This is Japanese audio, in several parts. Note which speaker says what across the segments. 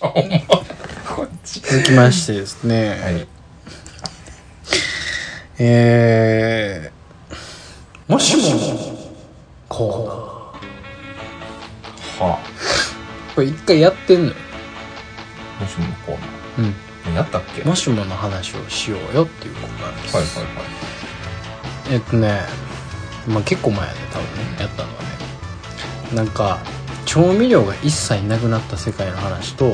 Speaker 1: あほんまこっち
Speaker 2: 続きましてですね、
Speaker 1: はい
Speaker 2: えー、もしものコーナー
Speaker 1: は
Speaker 2: これ一回やってんのよ、
Speaker 1: あもしものコーナ
Speaker 2: うん、
Speaker 1: ーやったっけ
Speaker 2: もしもの話をしようよっていうコーナーです、
Speaker 1: はいはいはい
Speaker 2: えっとねまあ結構前やね多分ねやったのはねなんか調味料が一切なくなった世界の話と
Speaker 1: うん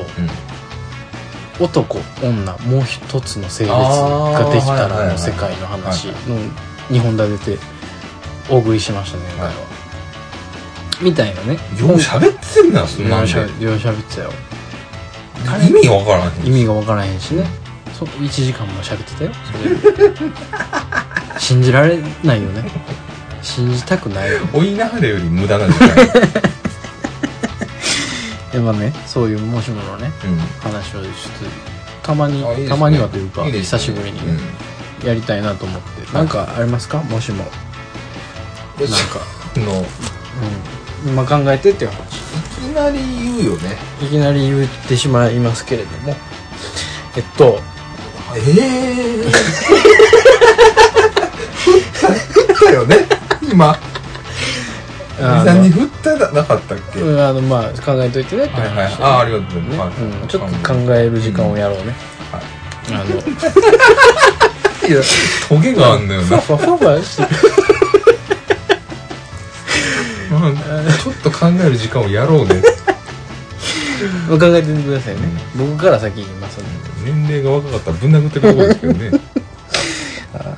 Speaker 2: 男女もう一つの性別ができたらの世界の話の日本立てでお送りしましたね今回は、みたいなね
Speaker 1: よう喋ってんなそんなん
Speaker 2: よ
Speaker 1: で
Speaker 2: しゃようしゃべってたよ
Speaker 1: 意味わからん
Speaker 2: 意味がわからへんしねそ1時間も喋ってたよ それ信じられないよね信じたくないよ
Speaker 1: 追いなはれより無駄な時間
Speaker 2: でもねそういうもしものね
Speaker 1: うん
Speaker 2: 話をちょっとたまに
Speaker 1: あいいですね
Speaker 2: たまにはというか
Speaker 1: いいです
Speaker 2: 久
Speaker 1: ね
Speaker 2: しぶりに
Speaker 1: うん
Speaker 2: ね、やりたいなと思ってなんかありますかもしも
Speaker 1: よし
Speaker 2: なんか
Speaker 1: あのい
Speaker 2: うん、今考えてっていう話
Speaker 1: きなり言うよね
Speaker 2: いきなり言ってしまいますけれどもえっと
Speaker 1: ええ振ったよね今
Speaker 2: あ
Speaker 1: 膝に振ったなかったっけ、
Speaker 2: うんあのまあ考えといてねって
Speaker 1: はいはい
Speaker 2: 話
Speaker 1: ああありがとうござい
Speaker 2: ね
Speaker 1: ます、
Speaker 2: うん、ちょっと考える時間をやろうね、あの
Speaker 1: えいやトゲがあんのよ
Speaker 2: ふ
Speaker 1: な
Speaker 2: わふわふわふわして
Speaker 1: うんちょっと考える時間をやろうね
Speaker 2: 考えてくださいね、僕から先言いますね
Speaker 1: 年齢が若かったらぶん殴ってるとこですけどね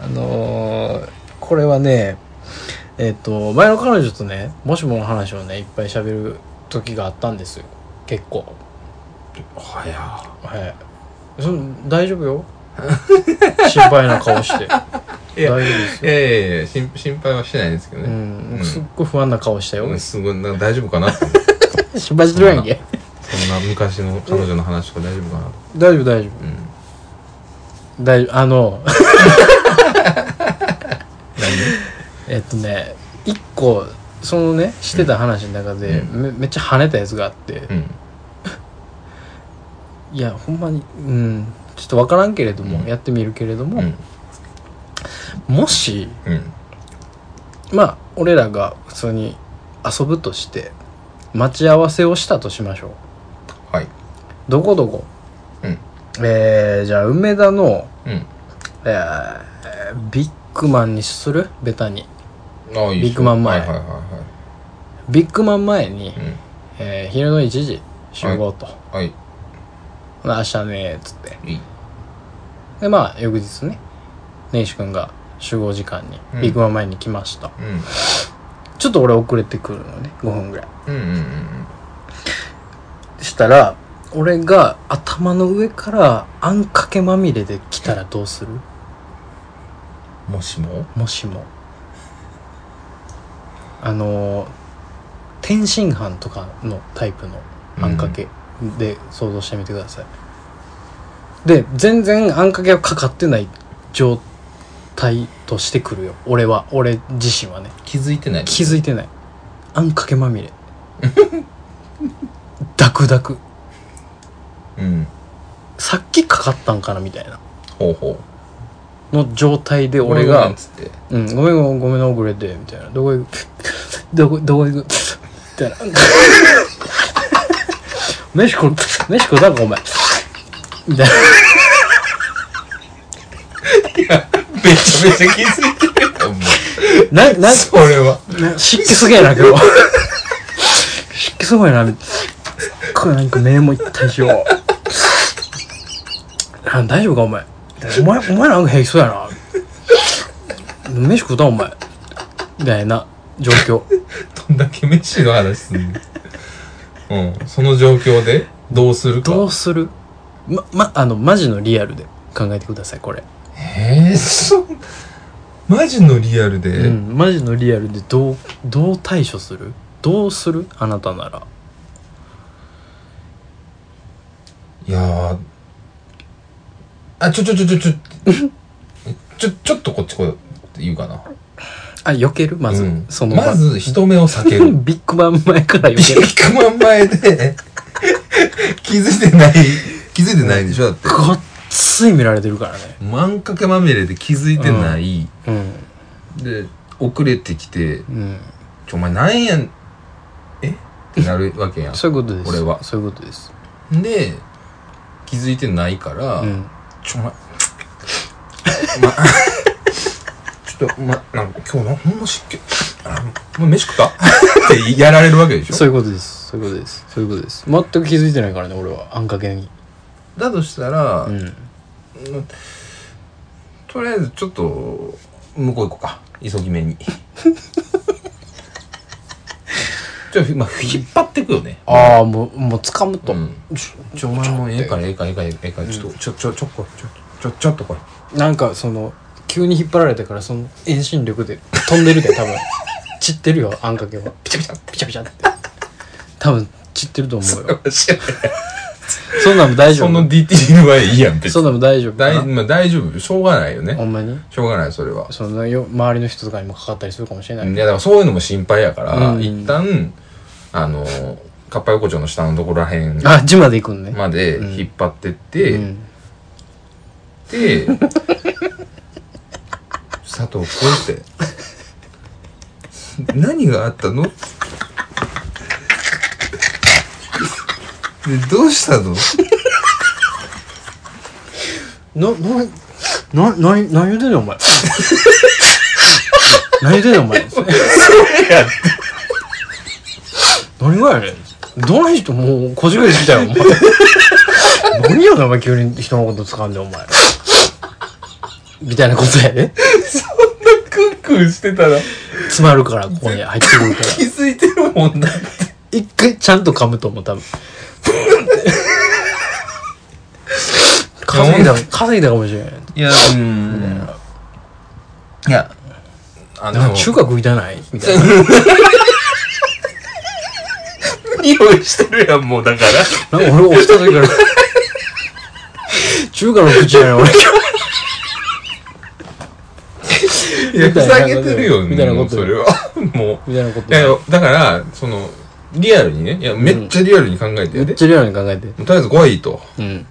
Speaker 2: あのーこれはねえっ、と前の彼女とねもしもの話をねいっぱい喋る時があったんですよ結構
Speaker 1: はや
Speaker 2: はいその大丈夫 よ心配な顔して大丈夫です
Speaker 1: いやいやいや心心配はしてないんですけど
Speaker 2: う
Speaker 1: ね、
Speaker 2: ん、すっごい不安な顔したよ、
Speaker 1: うん、すごいなんか大丈夫かなって思って
Speaker 2: 心配してるやんけ
Speaker 1: そんな昔の彼女の話とか大丈夫かなと
Speaker 2: 大丈夫大丈
Speaker 1: うん
Speaker 2: 夫大丈夫あの
Speaker 1: 何
Speaker 2: えっとね一個そのねしてた話の中で、
Speaker 1: う
Speaker 2: めめっちゃ跳ねたやつがあって、
Speaker 1: うん
Speaker 2: いやほんまにうんちょっと分からんけれども、
Speaker 1: うん
Speaker 2: やってみるけれども、
Speaker 1: うん
Speaker 2: もし
Speaker 1: うん
Speaker 2: まあ俺らが普通に遊ぶとして待ち合わせをしたとしましょう
Speaker 1: はい
Speaker 2: どこどこ
Speaker 1: うん
Speaker 2: えー、じゃあ梅田の、
Speaker 1: うん
Speaker 2: えー、ビッグマンにするベタに
Speaker 1: ああいいっしょ
Speaker 2: ビッグマン前
Speaker 1: はいはいはいは
Speaker 2: ビッグマン前
Speaker 1: い
Speaker 2: に、
Speaker 1: うん
Speaker 2: えー昼の1時集合と、
Speaker 1: はい
Speaker 2: ほな明日ねっつって
Speaker 1: いい
Speaker 2: でまあ翌日ね根岸君が集合時間に
Speaker 1: うん
Speaker 2: ビッグマン前に来ました、
Speaker 1: うん
Speaker 2: ちょっと俺遅れてくるのね5分ぐらい
Speaker 1: うんうんうん
Speaker 2: したら俺が頭の上からあんかけまみれで来たらどうする
Speaker 1: うんもしも
Speaker 2: もしもあのー天津飯とかのタイプのあんかけで想像してみてください、で全然あんかけがかかってない状態としてくるよ俺は俺自身はね
Speaker 1: 気づいてない
Speaker 2: 気づいてないあんかけまみれ ダクダク
Speaker 1: うん
Speaker 2: さっきかかったんかなみたいな
Speaker 1: ほうほう
Speaker 2: の状態で俺が
Speaker 1: っつって
Speaker 2: うん、ごめんごめんごめん遅れてみたいなどこ行く どこどこ行くみたいな 飯食う飯食うたんかお前みたい
Speaker 1: めちゃめちゃ気づいてる よお前
Speaker 2: なな な
Speaker 1: それは
Speaker 2: な湿気すげえな今日湿気すごいなこれなんか目も痛いしよあ大丈夫かお前お前お前なんか平気そうやな飯食うたんお前みたいな状況
Speaker 1: どんだけ飯の話すんのうんその状況でどうするか
Speaker 2: どうするま、ま、あの、マジのリアルで考えてください、これ。
Speaker 1: えー、そマジのリアルで、
Speaker 2: うん、マジのリアルでどう、どう対処するどうするあなたなら。
Speaker 1: いやーあちょちょちょちょちょちょちょっとこっち来いよって言うかな
Speaker 2: あ、避けるまず、
Speaker 1: うん
Speaker 2: その場
Speaker 1: まず人目を避ける
Speaker 2: ビッグバン前から避
Speaker 1: ビ
Speaker 2: ける。
Speaker 1: ッグマン前で気づいてない気づいてないでしょだって
Speaker 2: ごっつい見られてるからね
Speaker 1: まんかけまみれで気づいてない、
Speaker 2: うん
Speaker 1: で遅れてきて
Speaker 2: うん
Speaker 1: 「ちょお前なんやんえっ?」てなるわけ やん
Speaker 2: そういうことです
Speaker 1: 俺は
Speaker 2: そういうことです
Speaker 1: で気づいてないから「
Speaker 2: うん
Speaker 1: ちょお前ま ちょっとまなんか今日なほんま湿気あお前飯食った?」ってやられるわけでしょ
Speaker 2: そういうことですそういうことですそういうことです全く気づいてないからね俺はあんかけに
Speaker 1: だとしたら、
Speaker 2: うん
Speaker 1: とりあえずちょっと向こう行こうか急ぎ 目にちょまあ引っ張ってくよね
Speaker 2: ああもうもう掴むと、
Speaker 1: うん
Speaker 2: ちょ
Speaker 1: ちょお前もうええからええからええからええからちょっとちょちょちょこちょちょちょっと これ
Speaker 2: なんかその急に引っ張られたからその遠心力で飛んでるで多 分散ってるよあんかけはピチャピチャピチャピチャって多分散ってると思うよそんなんも大丈
Speaker 1: そ
Speaker 2: 夫
Speaker 1: のディティールはいいやん別
Speaker 2: そん
Speaker 1: に
Speaker 2: なんも大丈夫か
Speaker 1: 大,、
Speaker 2: な
Speaker 1: まあ、大丈夫よしょうがないよ
Speaker 2: ほ
Speaker 1: ね
Speaker 2: んまに
Speaker 1: しょうがないそれは
Speaker 2: そのよ周りの人とかにもかかったりするかもしれない
Speaker 1: いやだからそういうのも心配やから、
Speaker 2: うん
Speaker 1: 一旦あのかっぱ横丁の下のところらへん
Speaker 2: あっちまで行くんね、
Speaker 1: まで引っ張ってって、
Speaker 2: うん、
Speaker 1: で佐藤こうって 何があったのでどうしたの
Speaker 2: な、な、な、な、何言うてんねんお前。 何言うてんねんお前。何がやねん。どない人もう、こじくりつきたよ、お前。 何やねん、お前急に人のこと掴んで、お前。みたいなことやで。
Speaker 1: クンクンしてたら
Speaker 2: 詰まるから、ここに入ってくるから。
Speaker 1: 気づいてるもんだって
Speaker 2: 一回ちゃんと噛むと思う、多 分。稼いだ、稼いだかもしれない。
Speaker 1: いやうんいやあ
Speaker 2: なんか中華食いたないみたいな。
Speaker 1: 匂いしてるやんもうだから
Speaker 2: なんか俺押した時から、中華の口やねん、 俺今日。
Speaker 1: いや
Speaker 2: み
Speaker 1: ふ
Speaker 2: たいな
Speaker 1: ざけてるよね
Speaker 2: みたいなこ
Speaker 1: もう
Speaker 2: と
Speaker 1: それはもう
Speaker 2: みたいなこと
Speaker 1: いやだからそのリアルにねいやめっちゃリアルに考えて
Speaker 2: め
Speaker 1: や
Speaker 2: っ
Speaker 1: で、
Speaker 2: ちゃリアルに考えて。
Speaker 1: とりあえず怖いと
Speaker 2: うん。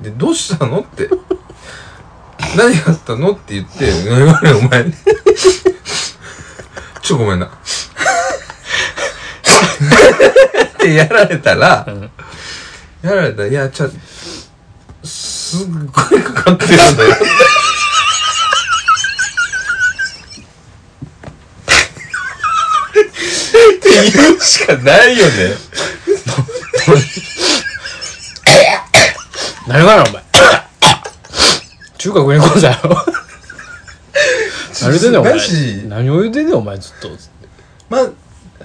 Speaker 1: で、どうしたのって。何があったのって言って、何があるお前。ちょ、ごめんな。ってやられたら、やられたら、いや、ちゃ、すっごいかかってるんだよ。って言うしかないよね。
Speaker 2: 何がやろ、お前。中華食いに来んだよ。何言うてんねん、お
Speaker 1: だし
Speaker 2: 前。何を言うてんねん、お前、ずっと。
Speaker 1: まあ、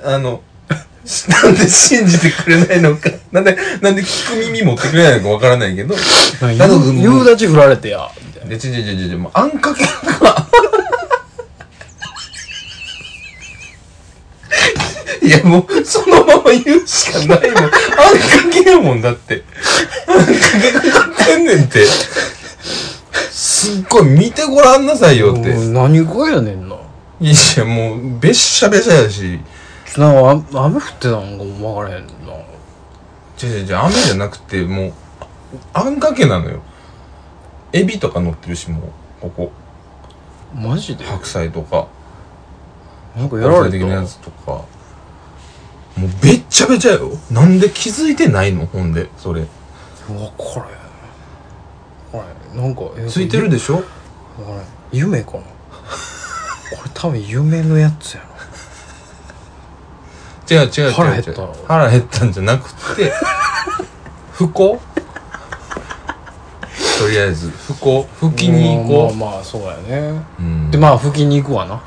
Speaker 1: あの、 しなんで信じてくれないのか、なんで、なんで聞く耳持ってくれないのかわからないけど、
Speaker 2: なん
Speaker 1: だ
Speaker 2: か
Speaker 1: と
Speaker 2: 夕
Speaker 1: もう
Speaker 2: 夕立ち振られてや。みたいな
Speaker 1: で、ちょちょちょちょちょ、もうあんか けが、いやもう、そのまま言うしかないもん。あんかけやもんだって。あんかけかかってんねんて。すっごい見てごらんなさいよって。
Speaker 2: もう何がやねんな。
Speaker 1: いや、もう、べっしゃべしゃやし。
Speaker 2: なんかあ雨降ってたのかもわからへんな。
Speaker 1: 違う違う違う雨じゃなくてもうあんかけなのよエビとか乗ってるしもうここ
Speaker 2: マジで
Speaker 1: 白菜とか
Speaker 2: なんかやられ
Speaker 1: 的
Speaker 2: て
Speaker 1: なやつとかもうべっちゃべちゃよなんで気づいてないのほんでそれ
Speaker 2: うわこれこれなんかえ
Speaker 1: ついてるでしょ
Speaker 2: これ夢かなこれ多分夢のやつやな
Speaker 1: 違う違う違う違う
Speaker 2: 腹減ったの
Speaker 1: 腹減ったんじゃなくて 不幸とりあえず不幸拭きに行こう、
Speaker 2: まあまあまあそうやね、
Speaker 1: うん
Speaker 2: でまあ拭きに行くわな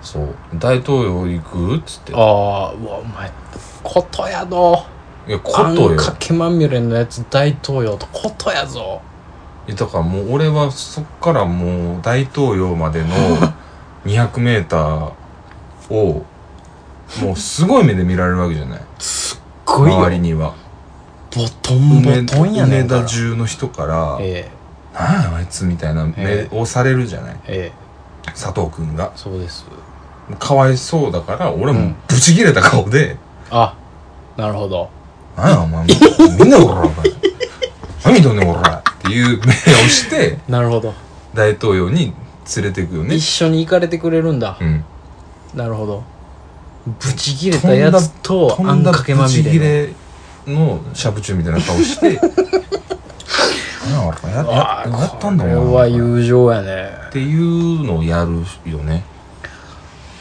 Speaker 1: そう大統領行くっつって
Speaker 2: ああうわお前ことやぞ
Speaker 1: いやこと
Speaker 2: あん
Speaker 1: よ
Speaker 2: かけまみれのやつ大統領とことやぞ
Speaker 1: いやだからもう俺はそっからもう大東洋まで の 200m をもうすごい目で見られるわけじゃない
Speaker 2: ごいよ
Speaker 1: 周りには
Speaker 2: ボトンボ
Speaker 1: 梅
Speaker 2: トンやね
Speaker 1: 梅
Speaker 2: んから
Speaker 1: 田中の人から
Speaker 2: え
Speaker 1: 「なんやあいつ」みたいな目
Speaker 2: え
Speaker 1: をされるじゃない
Speaker 2: えええ
Speaker 1: 佐藤君が
Speaker 2: そうです
Speaker 1: かわいそうだから俺
Speaker 2: う
Speaker 1: も
Speaker 2: ん
Speaker 1: ブチ切れた顔で
Speaker 2: あ
Speaker 1: 「
Speaker 2: なるほど
Speaker 1: 何やお前、みんなおら、お前。何見とんねん、おら。っていう目をして、
Speaker 2: なるほど
Speaker 1: 大統領に連れてくよね
Speaker 2: 一。緒に行かれてくれるんだ
Speaker 1: う、ん。
Speaker 2: なるほどブチ切れたやつと
Speaker 1: と
Speaker 2: あ
Speaker 1: ん
Speaker 2: ん
Speaker 1: だ
Speaker 2: かけま
Speaker 1: ブ
Speaker 2: み
Speaker 1: チ切
Speaker 2: れ
Speaker 1: れのシャブチューみたいな顔 して、何やおら、や
Speaker 2: の
Speaker 1: ややったんだ
Speaker 2: これ
Speaker 1: お
Speaker 2: は
Speaker 1: 前
Speaker 2: 友情やね
Speaker 1: っていうのをやるよね。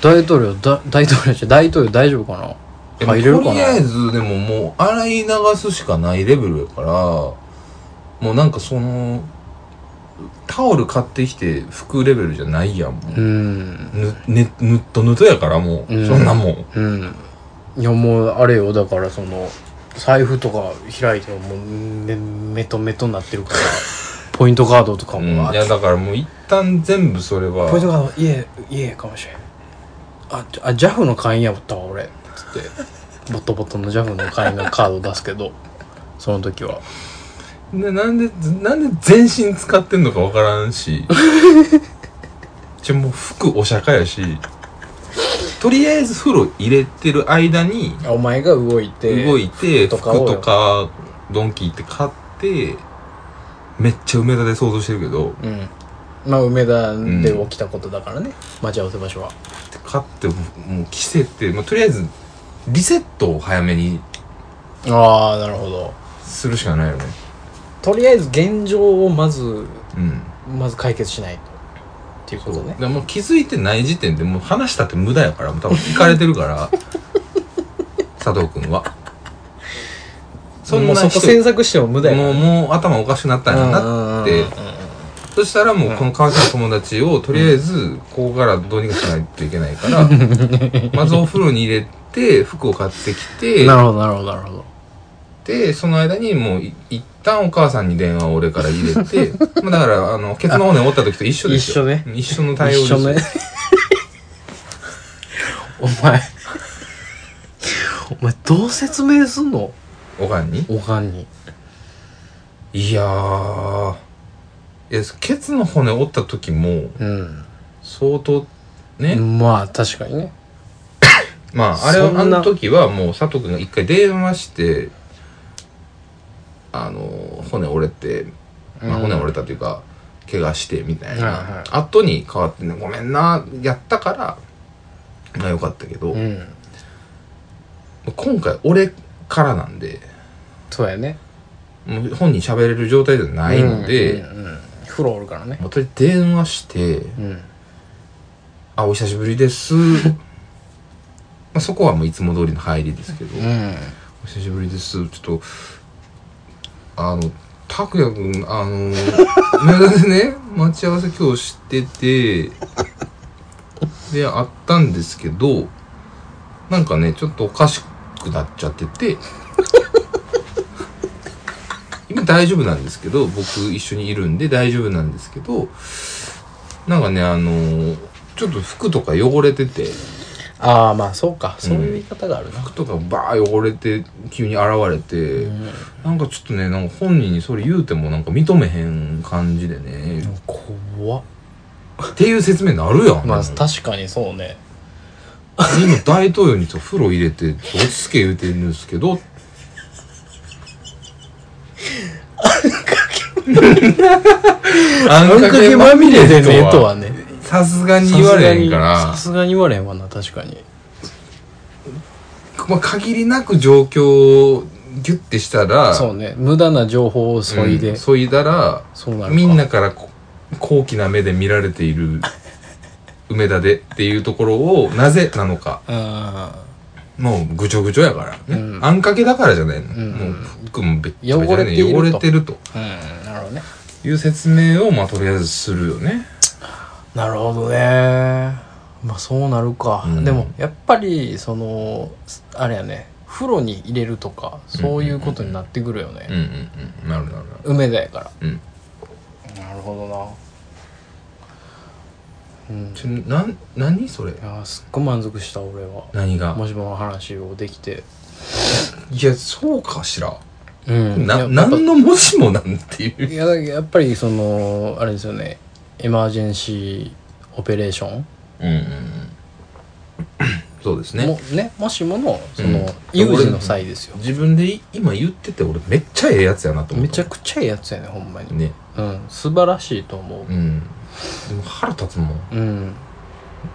Speaker 2: 大統領だ大統領じゃ大統領大丈夫かな
Speaker 1: でも
Speaker 2: 入れるか
Speaker 1: とりあえ
Speaker 2: な
Speaker 1: ずでももう洗い流すしかないレベルやからもうなんかそのタオル買ってきて拭くレベルじゃないやんもう、
Speaker 2: うん
Speaker 1: ぬね、ぬっとぬとやからもう、
Speaker 2: うん
Speaker 1: そんなもん
Speaker 2: うんいやもうあれよだからその財布とか開いてももうめめとめとになって るからポイントカードとか
Speaker 1: う
Speaker 2: も、
Speaker 1: んいやだからもう一旦全部それは
Speaker 2: ポイントカード家家かもしれんあじゃあ JAF の会員やったわ俺つってボトボトの JAF の会員のカード出すけどその時は
Speaker 1: でなんでなんで全身使ってんのかわからん しちょもう服お釈迦やしとりあえず風呂入れてる間に
Speaker 2: お前が動いて
Speaker 1: 動いて服
Speaker 2: 服とかを
Speaker 1: とかドンキ行って買ってめっちゃ梅田で想像してるけど
Speaker 2: うんまあ梅田で起きたことだからね、待ち合わせ場所は
Speaker 1: 買ってもう着せて、まあ、とりあえずリセットを早めに
Speaker 2: ああなるほど
Speaker 1: するしかないよね
Speaker 2: とりあえず現状をまず
Speaker 1: うん
Speaker 2: まず解決しないとっていうことね
Speaker 1: でもう気づいてない時点でもう話したって無駄やからもう多分聞かれてるから 佐藤君はそん
Speaker 2: もう
Speaker 1: な
Speaker 2: そこ
Speaker 1: 人
Speaker 2: 詮索しても無駄や
Speaker 1: もうもう頭おかしくなったんやなってそしたらもうこの川崎の友達をとりあえずここからどうにかしないといけない から、まずお風呂に入れて服を買ってきて、
Speaker 2: なるほどなるほどなるほど
Speaker 1: で、その間にもうい一旦お母さんに電話を俺から入れ て、まあだから、あの、ケツの骨折った時と一緒ですよ。
Speaker 2: 一緒ね。
Speaker 1: 一緒の対応で
Speaker 2: 一
Speaker 1: すよ
Speaker 2: 緒 ねお前お前どう説明すんの
Speaker 1: おかんに。
Speaker 2: おかんに
Speaker 1: いやー、いや、ケツの骨折った時も、
Speaker 2: う
Speaker 1: 相当、ね、
Speaker 2: んまあ確かにね
Speaker 1: まあ、あれ
Speaker 2: そん
Speaker 1: は、
Speaker 2: な
Speaker 1: あの時はもう佐藤君が一回電話して、あの、骨折れて、まあ、
Speaker 2: うん
Speaker 1: 骨折れたというか、怪我してみたいな、
Speaker 2: はいはい
Speaker 1: 後に変わってね、ごめんな、やったから、まあよかったけど、
Speaker 2: うん
Speaker 1: 今回俺からなんで、
Speaker 2: そうやね
Speaker 1: もう本人喋れる状態じゃないので、
Speaker 2: うんうん風呂おるからね
Speaker 1: もうとりあえず電話して、
Speaker 2: うん
Speaker 1: あ、お久しぶりです。まあそこはもういつも通りの入りですけど、
Speaker 2: うん
Speaker 1: お久しぶりです。ちょっと、あの、拓也くん、あの、 メダでね、待ち合わせ今日してて、で、あったんですけど、なんかね、ちょっとおかしくなっちゃってて、 今大丈夫なんですけど、僕一緒にいるんで大丈夫なんですけど、なんかね、あの、ちょっと服とか汚れてて、
Speaker 2: ああまあそうかそういう言い方があるな
Speaker 1: 服とかバー汚れて急に現れて、なんかちょっとねなんか本人にそれ言うてもなんか認めへん感じでね、
Speaker 2: 怖っ
Speaker 1: っていう説明になるやん、
Speaker 2: まあ
Speaker 1: でも
Speaker 2: 確かにそうね
Speaker 1: 今大統領にちょっと風呂入れて落ち着け言うてるんですけどあん
Speaker 2: あんかけまみれでねとはね
Speaker 1: さすがに言われへんから
Speaker 2: さすがに言われへんわな確かに
Speaker 1: まあ、限りなく状況をギュッてしたら
Speaker 2: そうね無駄な情報を削いで、
Speaker 1: うんそいだら
Speaker 2: そうなるか
Speaker 1: みんなからこ高貴な目で見られている梅田でっていうところをなぜなのか
Speaker 2: あ
Speaker 1: もうぐちょぐちょやから、ね
Speaker 2: うん
Speaker 1: あんかけだからじゃないの、
Speaker 2: ん
Speaker 1: もう服もべっちゃべちゃでね
Speaker 2: 汚
Speaker 1: 汚
Speaker 2: れ
Speaker 1: れ
Speaker 2: て
Speaker 1: てると
Speaker 2: あうんなるほどね
Speaker 1: いう説明をまあとりあえずするよね
Speaker 2: なるほどねまあそうなるか、
Speaker 1: うん
Speaker 2: でもやっぱりそのあれやね風呂に入れるとかそういうことになってくるよね、
Speaker 1: うんうんうんなるなるなる
Speaker 2: 梅田やか
Speaker 1: うん
Speaker 2: らなるほどなうん
Speaker 1: ちょなん何それ
Speaker 2: いやーすっごい満足した俺は
Speaker 1: 何が
Speaker 2: もしもの話をできて
Speaker 1: いやそうかしら
Speaker 2: うん
Speaker 1: ない
Speaker 2: ややっぱ
Speaker 1: 何のもしもなんていう
Speaker 2: いやだけどやっぱりそのあれですよねエマージェンシーオペレーション
Speaker 1: うんうんうんそうですね
Speaker 2: もねもしものその、
Speaker 1: うん
Speaker 2: 有事の際ですよ
Speaker 1: 自分でい今言ってて俺めっちゃええやつやなと思
Speaker 2: め
Speaker 1: っ
Speaker 2: ち
Speaker 1: た
Speaker 2: ゃくちゃええやつやねほんまに、
Speaker 1: ね
Speaker 2: うん素晴らしいと思
Speaker 1: うんでも腹立つもん
Speaker 2: ううん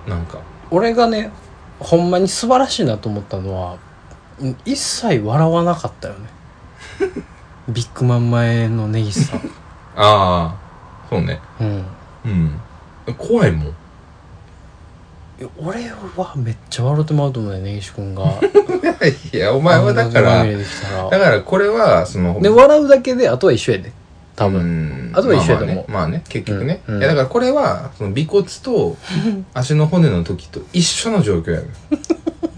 Speaker 1: なんか
Speaker 2: 俺がねほんまに素晴らしいなと思ったのはうん一切笑わなかったよ ねビッグマン前の根岸さん、
Speaker 1: ああそうね
Speaker 2: うん、
Speaker 1: うん怖いもん
Speaker 2: いや俺はめっちゃ笑ってもらうと思うね根岸君が
Speaker 1: いやお前はだから
Speaker 2: あんなまみれできたら
Speaker 1: だからこれはその
Speaker 2: で笑うだけであとは一緒やで多分、
Speaker 1: 分
Speaker 2: あとは一緒やと思う
Speaker 1: まあまあね,、まあね結局ね、
Speaker 2: うんうん
Speaker 1: いやだからこれはその尾骨と 足の骨の時と一緒の状況やね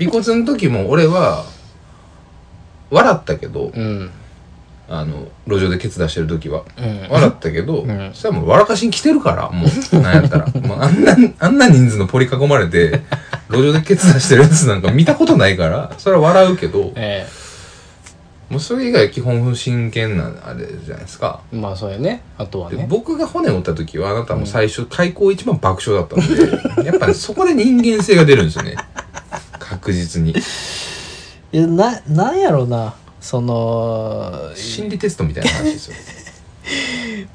Speaker 1: 尾骨の時も俺は笑ったけど、
Speaker 2: うんうん
Speaker 1: あの路上でケツ出してる時は笑ったけど、
Speaker 2: うん
Speaker 1: そしたらもう笑かしに来てるからもうなんやったら もうあんなあんな人数のポリ囲まれて路上でケツ出してるやつなんか見たことないからそれは笑うけど
Speaker 2: え
Speaker 1: もうそれ以外基本真剣なあれじゃないですか
Speaker 2: えまあそうやねあとは
Speaker 1: で
Speaker 2: ね
Speaker 1: 僕が骨折った時はあなたも最初、開口一番爆笑だったんでやっぱりそこで人間性が出るんですよね確実に
Speaker 2: いやななんやろなその
Speaker 1: 心理テストみたいな話ですよ、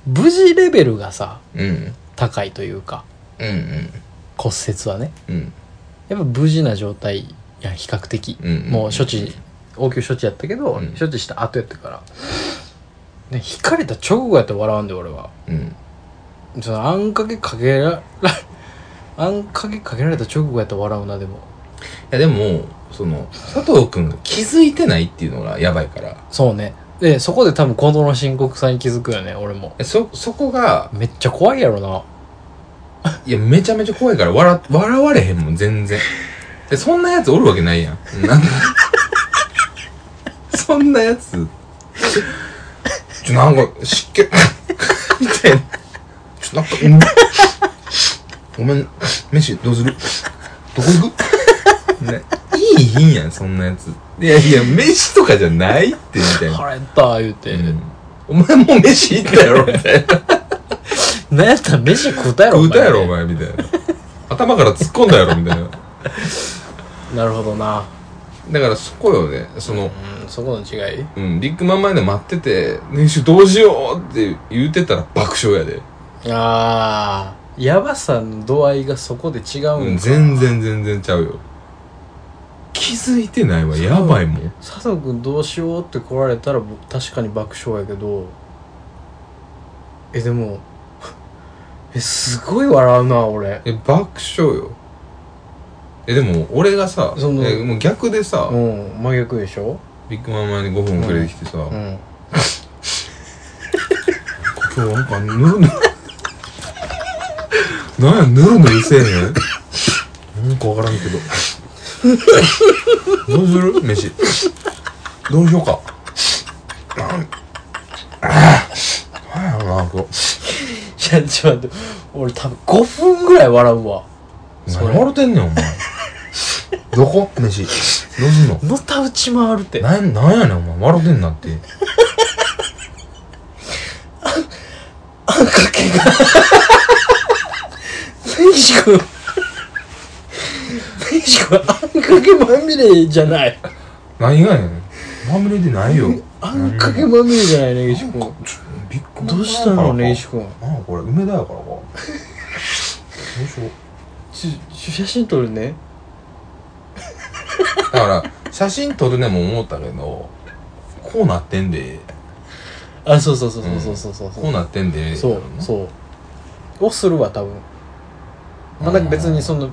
Speaker 2: 無事レベルがさ
Speaker 1: うん、うん
Speaker 2: 高いというか
Speaker 1: うん
Speaker 2: 骨折はね
Speaker 1: うん
Speaker 2: やっぱ無事な状態やん比較的、
Speaker 1: うん
Speaker 2: もう処置応急処置やったけど、
Speaker 1: うん
Speaker 2: 処置した後やったからで引かれた直後やったら笑うんで俺は
Speaker 1: うん
Speaker 2: そのあんかけかけら あんかけかけられた直後やったら笑うなでも
Speaker 1: いやでもその佐藤君が気づいてないっていうのがやばいから
Speaker 2: そうねでそこで多分今度の深刻さに気づくよね俺も
Speaker 1: そそこが
Speaker 2: めっちゃ怖いやろない
Speaker 1: やめちゃめちゃ怖いから笑笑われへんもん全然でそんなやつおるわけないやんなんか そんなやつちょなんか湿気みたいなちょなんかうんごめん飯どうするどこ行く、ね、いいいいやんそんなやついやいや飯とかじゃないってみたいな
Speaker 2: 腹減った言うて、
Speaker 1: うんお前もう飯行ったやろみたいな。
Speaker 2: なんやったら飯食うたやろ
Speaker 1: 食うたやろお前みたいな。頭から突っ込んだやろみたいな。
Speaker 2: なるほどな
Speaker 1: だからそこよね、その、
Speaker 2: うんそこの違い
Speaker 1: うん、ビッグマン前で待ってて、練習どうしようって言うてたら爆笑やで。
Speaker 2: ああやばさの度合いがそこで違う
Speaker 1: うんん、
Speaker 2: か
Speaker 1: 全然全然ちゃうよ。気づいてないわ、やばいもん。
Speaker 2: 佐藤君どうしようって来られたら僕確かに爆笑やけどえでも えすごい笑うな俺
Speaker 1: え、爆笑よ。え、でも俺がさ、
Speaker 2: その
Speaker 1: えもう逆でさ、
Speaker 2: うん真逆でしょ
Speaker 1: ビッグマン前に5分遅れてきてさ、
Speaker 2: うん
Speaker 1: 今日なんかぬるぬるなんやぬるぬるせえへんなんかわからんけどどうする飯どうしようかなんあーなんやろな今日
Speaker 2: いやちょっと待って俺多分5分ぐらい笑うわそれ
Speaker 1: 何笑てんねんお前どこ飯どうすんの
Speaker 2: のたうち回るって
Speaker 1: なんなんやねんお前笑てんなって
Speaker 2: あんかけが根岸君根岸君あんかけまみれじゃない
Speaker 1: 何がやねんまみれてないよ
Speaker 2: あんかけまみれじゃない根岸
Speaker 1: なんか
Speaker 2: 君
Speaker 1: ちょっとビッグマン
Speaker 2: どうしたの根岸君
Speaker 1: なんかこれ梅田やからかどうしよう
Speaker 2: ちち写真撮るね
Speaker 1: だから写真撮るねも思ったけどこうなってんで
Speaker 2: あそうそうそうそうそうそう
Speaker 1: こうなってんで
Speaker 2: そうそうをするわ多分まあなんか別にその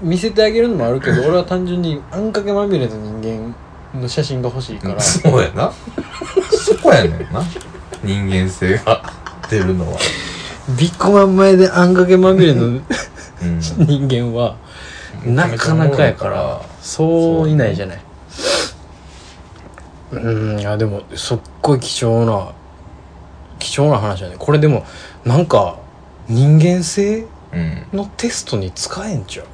Speaker 2: 見せてあげるのもあるけど俺は単純にあんかけまみれの人間の写真が欲しいか ら
Speaker 1: そうやなそこやねんな人間性が出るのは
Speaker 2: ビッグマン前であんかけまみれの
Speaker 1: うん
Speaker 2: 人間はなかなかやからそういないじゃないうんいやでもすっごい貴重な貴重な話だねこれでもなんか人間性
Speaker 1: うん
Speaker 2: のテストに使えんちゃう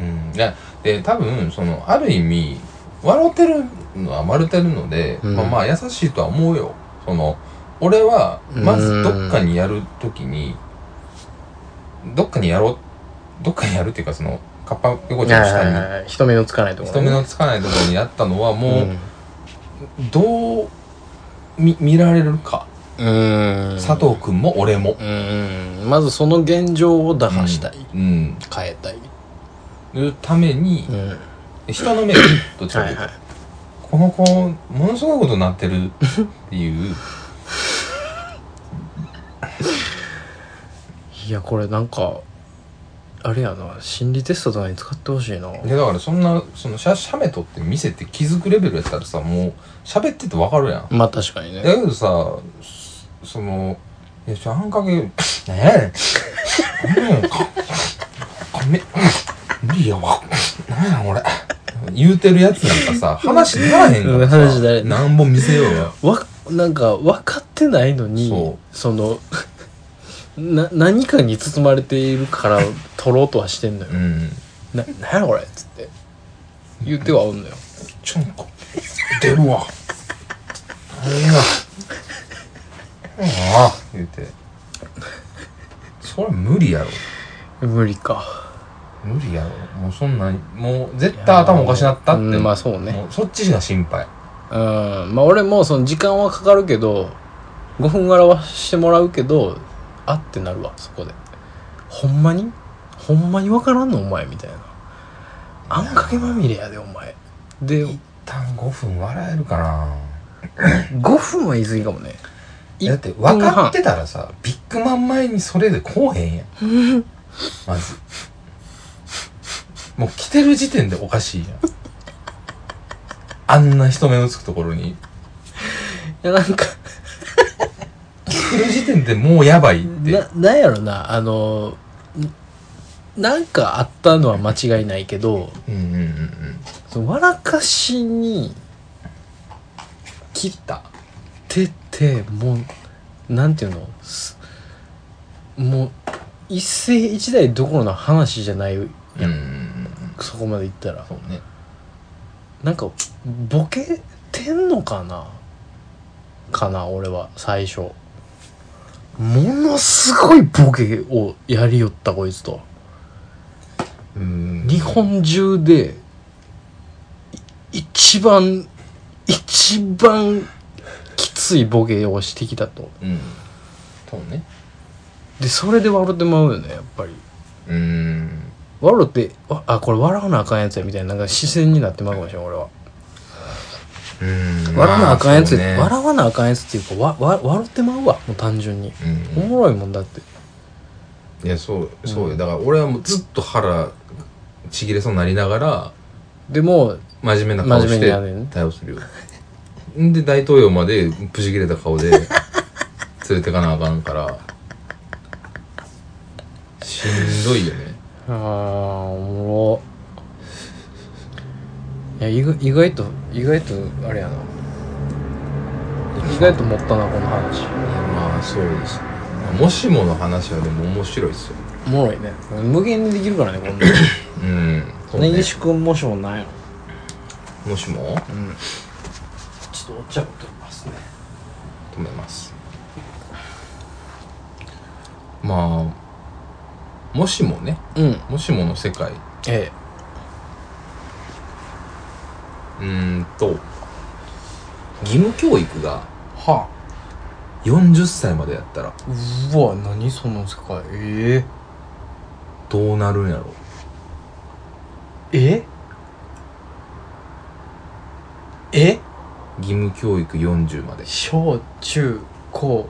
Speaker 1: うんいやで多分そのある意味笑ってるのは笑ってるので、
Speaker 2: うん
Speaker 1: まあまあ優しいとは思うよその俺はまずどっかにやるときにどっかにやろうどっかにやるっていうかそのカッパ横丁の
Speaker 2: はいはい
Speaker 1: 下
Speaker 2: はい人目のつかないと
Speaker 1: に、
Speaker 2: こ
Speaker 1: 人
Speaker 2: ろね、
Speaker 1: 目のつかないところにあったのは、も
Speaker 2: うん
Speaker 1: う、どう、み、見られるか。
Speaker 2: うん
Speaker 1: 佐藤くんも俺も。
Speaker 2: うんまずその現状を打破したい、
Speaker 1: うん。
Speaker 2: 変えたい、
Speaker 1: いうために、
Speaker 2: ん、
Speaker 1: 人の目に、どっちかというと、
Speaker 2: い
Speaker 1: この子、ものすごいことになってるっていう。
Speaker 2: いやこれなんかあれやな心理テストとかに使ってほしいな
Speaker 1: でだからそんなその写写メ撮って見せて気づくレベルやったらさもう喋っててわかるやんだ
Speaker 2: まあ確かにね
Speaker 1: けどさそその「いやちょあんかけねえうんかかめ無理やわなんや俺」言うてるやつなんかさ話ならへんからさ
Speaker 2: うん話ならへん
Speaker 1: なんぼ見せようよ
Speaker 2: わなんか分かってないのに
Speaker 1: そ
Speaker 2: その な何かに包まれている から取ろうとはしてんのよ
Speaker 1: うん
Speaker 2: 「な何やこれ」っつって言ってはおんのよ
Speaker 1: ちょんこ出るわ何やうんあ言うてそれ無理やろ
Speaker 2: 無理か
Speaker 1: 無理やろもうそんなんもう絶対頭おかしなったって
Speaker 2: うんまあそうね
Speaker 1: もうそっちが心配
Speaker 2: うんまあ俺もその時間はかかるけど5分表してもらうけどあってなるわそこでほんまにほんまに分からんのお前みたいなあんかけまみれやでお前で
Speaker 1: 一旦5分笑えるかな
Speaker 2: 5分は言い過ぎかもね
Speaker 1: だって分かってたらさビッグマン前にそれでこうへんやんまずもう来てる時点でおかしいやんあんな人目のつくところに
Speaker 2: いやなんか
Speaker 1: 来てる時点でもうやばいって
Speaker 2: ななんやろなあのんなんかあったのは間違いないけど
Speaker 1: うんうんうんうん
Speaker 2: その笑かしに
Speaker 1: 切った
Speaker 2: 出てもうなんていうのすもう一世一代どころの話じゃない
Speaker 1: うんうんうん
Speaker 2: そこまでいったら
Speaker 1: そうね
Speaker 2: なんかボケてんのかなかな俺は最初ものすごいボケをやりよったこいつと。
Speaker 1: うん
Speaker 2: 日本中でい一番一番きついボケをしてきたと
Speaker 1: うんそうね
Speaker 2: でそれで笑ってまうよねやっぱり
Speaker 1: うん
Speaker 2: 笑ってわあこれ笑わなあかんやつやみたいななんか視線になってまうかもしれん俺は
Speaker 1: うん
Speaker 2: 笑わなあかんやつ、
Speaker 1: まあそうね
Speaker 2: 笑わなあかんやつっていうかわわ笑ってまうわもう単純に
Speaker 1: う
Speaker 2: お
Speaker 1: ん
Speaker 2: もろいもんだって
Speaker 1: いやそうそうよだから俺はもうずっと腹ちぎれそうになりながら
Speaker 2: でも
Speaker 1: 真面目な顔
Speaker 2: 真面
Speaker 1: し
Speaker 2: 目に
Speaker 1: て
Speaker 2: やるよね
Speaker 1: 対応するよんで大統領までプチ切れた顔 で連れてかなあかんからしんどいよね
Speaker 2: あーおもろいや意外意外と意外とあれやな意外と持ったなこの話
Speaker 1: いやまあそうですねもしもの話はでも面白いっすよ
Speaker 2: おもろいね無限にできるからねこんな
Speaker 1: うんそう
Speaker 2: 根
Speaker 1: ね
Speaker 2: 岸君もしもないの
Speaker 1: もしも
Speaker 2: うんちょっとお茶を取りますね
Speaker 1: 止めますまあもしもね
Speaker 2: うん
Speaker 1: もしもの世界
Speaker 2: え
Speaker 1: う
Speaker 2: え
Speaker 1: ーんと義務教育が
Speaker 2: は
Speaker 1: 40歳までやったら
Speaker 2: あうわ何その世界え
Speaker 1: どうなるんやろ
Speaker 2: えええ
Speaker 1: 義務教育40まで
Speaker 2: 小中高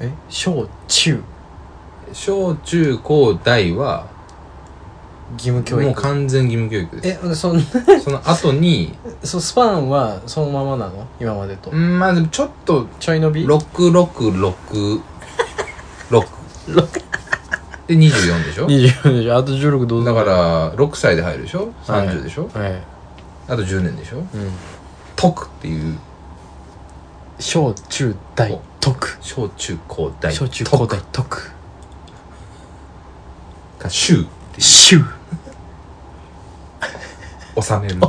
Speaker 2: え小中
Speaker 1: 小中高大は
Speaker 2: 義務教
Speaker 1: もう
Speaker 2: 育
Speaker 1: 完全義務教育で
Speaker 2: えそんな
Speaker 1: すその後に
Speaker 2: そスパンはそのままなの今までと
Speaker 1: うんまあでもちょっと
Speaker 2: ちょい伸び
Speaker 1: 6666で24でしょ
Speaker 2: 24でしょあと16どう
Speaker 1: だ
Speaker 2: ぞ
Speaker 1: から6歳で入るでしょ30でしょ、
Speaker 2: はい、
Speaker 1: あと10年でしょ
Speaker 2: うん、
Speaker 1: 徳っていう
Speaker 2: 小中大特
Speaker 1: 小中高大
Speaker 2: 小中高大特
Speaker 1: が州っていう
Speaker 2: 週
Speaker 1: 収める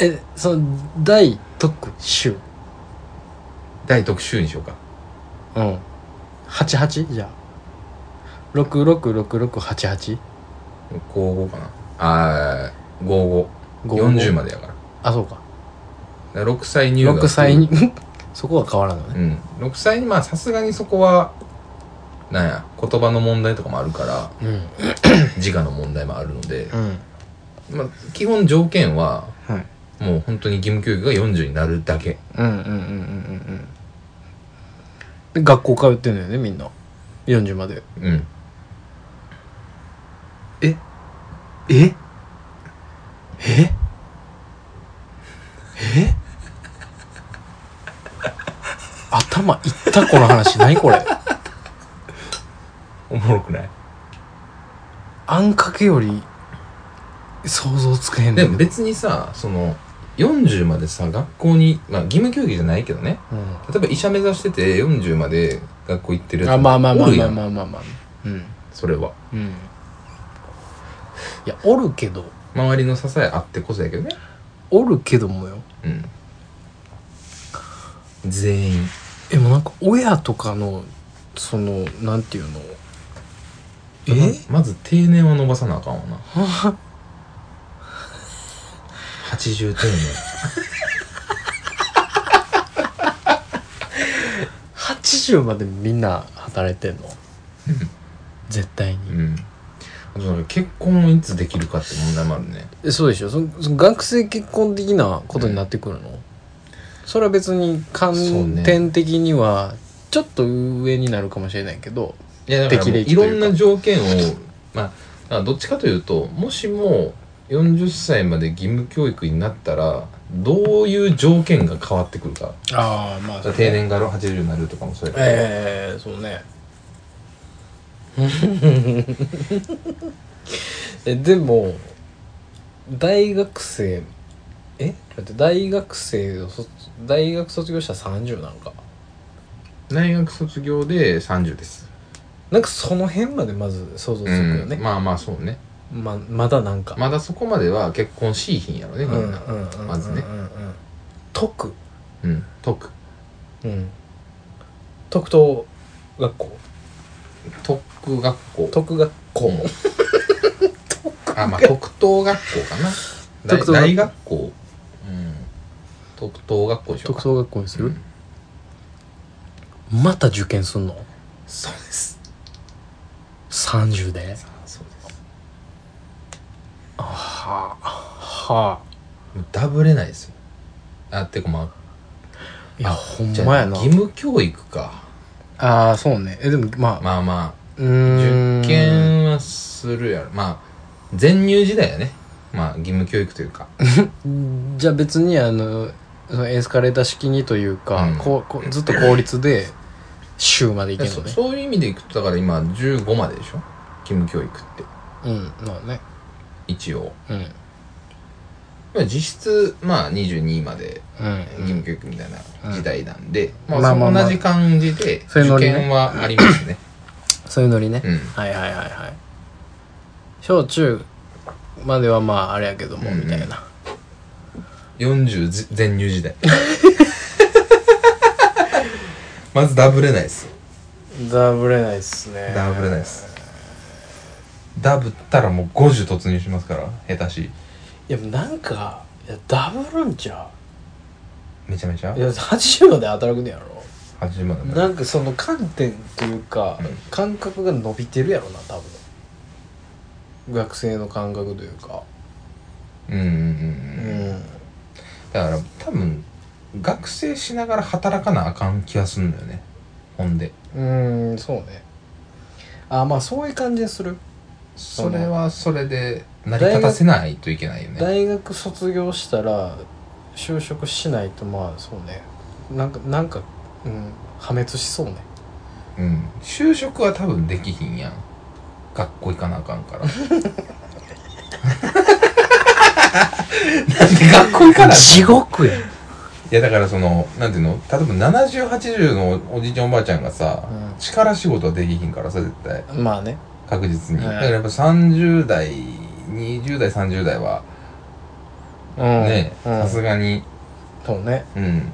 Speaker 2: えその大特週
Speaker 1: 大徳州にしようか
Speaker 2: うん88じゃあ666688
Speaker 1: 55かなああ55 40までやから
Speaker 2: あそうか
Speaker 1: だから6歳入学
Speaker 2: 6歳 にそこは変わらんのね
Speaker 1: うん6歳にまあさすがにそこはなんや言葉の問題とかもある から
Speaker 2: うん
Speaker 1: 自我の問題もあるので、
Speaker 2: うん
Speaker 1: まあ、基本条件は
Speaker 2: はい
Speaker 1: もう本当に義務教育が40になるだけ
Speaker 2: うんうんうんうんうんうんで学校通ってんのよねみんな40まで
Speaker 1: うん
Speaker 2: えええ頭いったこの話何これ
Speaker 1: おもろくない
Speaker 2: あんかけより想像つけへんね
Speaker 1: で
Speaker 2: ん
Speaker 1: も
Speaker 2: けど
Speaker 1: 別にさその40までさ学校に、まあ、義務教育じゃないけどね例えば医者目指してて40まで学校行ってる
Speaker 2: うん、
Speaker 1: や
Speaker 2: あ
Speaker 1: つ
Speaker 2: まあまあまあ
Speaker 1: おる
Speaker 2: ま
Speaker 1: や
Speaker 2: あ
Speaker 1: ん
Speaker 2: まあまあまあうん
Speaker 1: それは
Speaker 2: うんいやおるけど
Speaker 1: 周りの支えあってこそやけどね
Speaker 2: おるけどもよ
Speaker 1: うん全員
Speaker 2: でもなんか親とかのそのなんていうのえ
Speaker 1: ままず定年は伸ばさなあかんわ な80定
Speaker 2: 80までみんな働いてんの絶対
Speaker 1: 年
Speaker 2: に
Speaker 1: うんあとなんか結婚をいつできるかって問題もあるね
Speaker 2: えそうでしょそその学生結婚的なことになってくるの、それは別に
Speaker 1: そう
Speaker 2: 観
Speaker 1: ね
Speaker 2: 点的にはちょっと上になるかもしれないけど
Speaker 1: いやだからもう
Speaker 2: 適齢期
Speaker 1: い
Speaker 2: と
Speaker 1: ろ
Speaker 2: いうんか
Speaker 1: な条件をまあだからどっちかというともしも40歳まで義務教育になったらどういう条件が変わってくるか
Speaker 2: ああまあ
Speaker 1: 定年が80になるとかもそうやけど、
Speaker 2: ええそうね えでも大学生えだって大学生を卒大学卒業したら30なんか
Speaker 1: 大学卒業で30です
Speaker 2: なんかその辺までまず想像するよね、
Speaker 1: うんまあまあそうね
Speaker 2: ままだなんか、
Speaker 1: まだそこまでは結婚しいひんやろね
Speaker 2: うん
Speaker 1: み
Speaker 2: うんん
Speaker 1: な
Speaker 2: うんうんうん
Speaker 1: まずね
Speaker 2: 徳
Speaker 1: うん特
Speaker 2: うん徳と学校
Speaker 1: 特学校
Speaker 2: 徳学校
Speaker 1: うんあまあ特等学校かな大
Speaker 2: 特等学校
Speaker 1: 大学校うん特等学校でしょ
Speaker 2: 特等学校にする、
Speaker 1: うん
Speaker 2: また受験すんの
Speaker 1: そうですそ
Speaker 2: 30で
Speaker 1: うです
Speaker 2: はあはあ
Speaker 1: もうダブれないですよあてかまあ
Speaker 2: いやほん
Speaker 1: じゃ
Speaker 2: ま
Speaker 1: あ
Speaker 2: やな
Speaker 1: 義務教育か
Speaker 2: ああそうねえでもまあ、
Speaker 1: まあま
Speaker 2: う
Speaker 1: あ
Speaker 2: ーん
Speaker 1: 受験はするやろまあ全入時代やねまあ義務教育というか
Speaker 2: じゃあ別にあのそのエスカレーター式にというか、
Speaker 1: うん
Speaker 2: こうこうずっと効率で週までいけるの
Speaker 1: そう
Speaker 2: ね
Speaker 1: そういう意味でいくとだから今15まででしょ義務教育って
Speaker 2: うんまあね
Speaker 1: 一応
Speaker 2: うん
Speaker 1: まあ実質まあ22まで
Speaker 2: うん
Speaker 1: 義務教育みたい
Speaker 2: うん
Speaker 1: な時代なんで、
Speaker 2: ま
Speaker 1: ま
Speaker 2: あ
Speaker 1: あ
Speaker 2: まあまあ
Speaker 1: 同じ感じで
Speaker 2: そういうノ
Speaker 1: 受
Speaker 2: リね
Speaker 1: 験はありますね
Speaker 2: そういうノリね、
Speaker 1: うん
Speaker 2: はいはいはいはい小中まではまああれやけども、
Speaker 1: うん
Speaker 2: みたいな
Speaker 1: 40全入時代 まずダブれないです
Speaker 2: ダブれないっすね
Speaker 1: ダブれないですダブったらもう50突入しますから下手し
Speaker 2: いやなんかいやダブるんちゃ
Speaker 1: めちゃめちゃ
Speaker 2: ういや80まで働くねやろ
Speaker 1: 80までな
Speaker 2: なんかその観点というか、
Speaker 1: うん
Speaker 2: 感覚が伸びてるやろな多分学生の感覚というか
Speaker 1: うんうんうんう
Speaker 2: う
Speaker 1: んだから多分学生しながら働かなあかん気がすんだよねほんで
Speaker 2: うんそうねあまあそういう感じがする
Speaker 1: それはそれで成り立たせないといけないよね
Speaker 2: 大学卒業したら就職しないとまあそうねなんかなんか、うん、破滅しそうね
Speaker 1: うん就職は多分できひんやん学校行かなあかんから なんで 学校行かなあかん
Speaker 2: 地獄や、
Speaker 1: いやだからそのなんていうの例えば7080のおじいちゃんおばあちゃんがさ、
Speaker 2: うん
Speaker 1: 力仕事はできひんからさ絶対
Speaker 2: まあね
Speaker 1: 確実に、
Speaker 2: はい
Speaker 1: だからやっぱ30代20代30代は
Speaker 2: うん
Speaker 1: ね
Speaker 2: うん
Speaker 1: さすがに
Speaker 2: そうね
Speaker 1: うん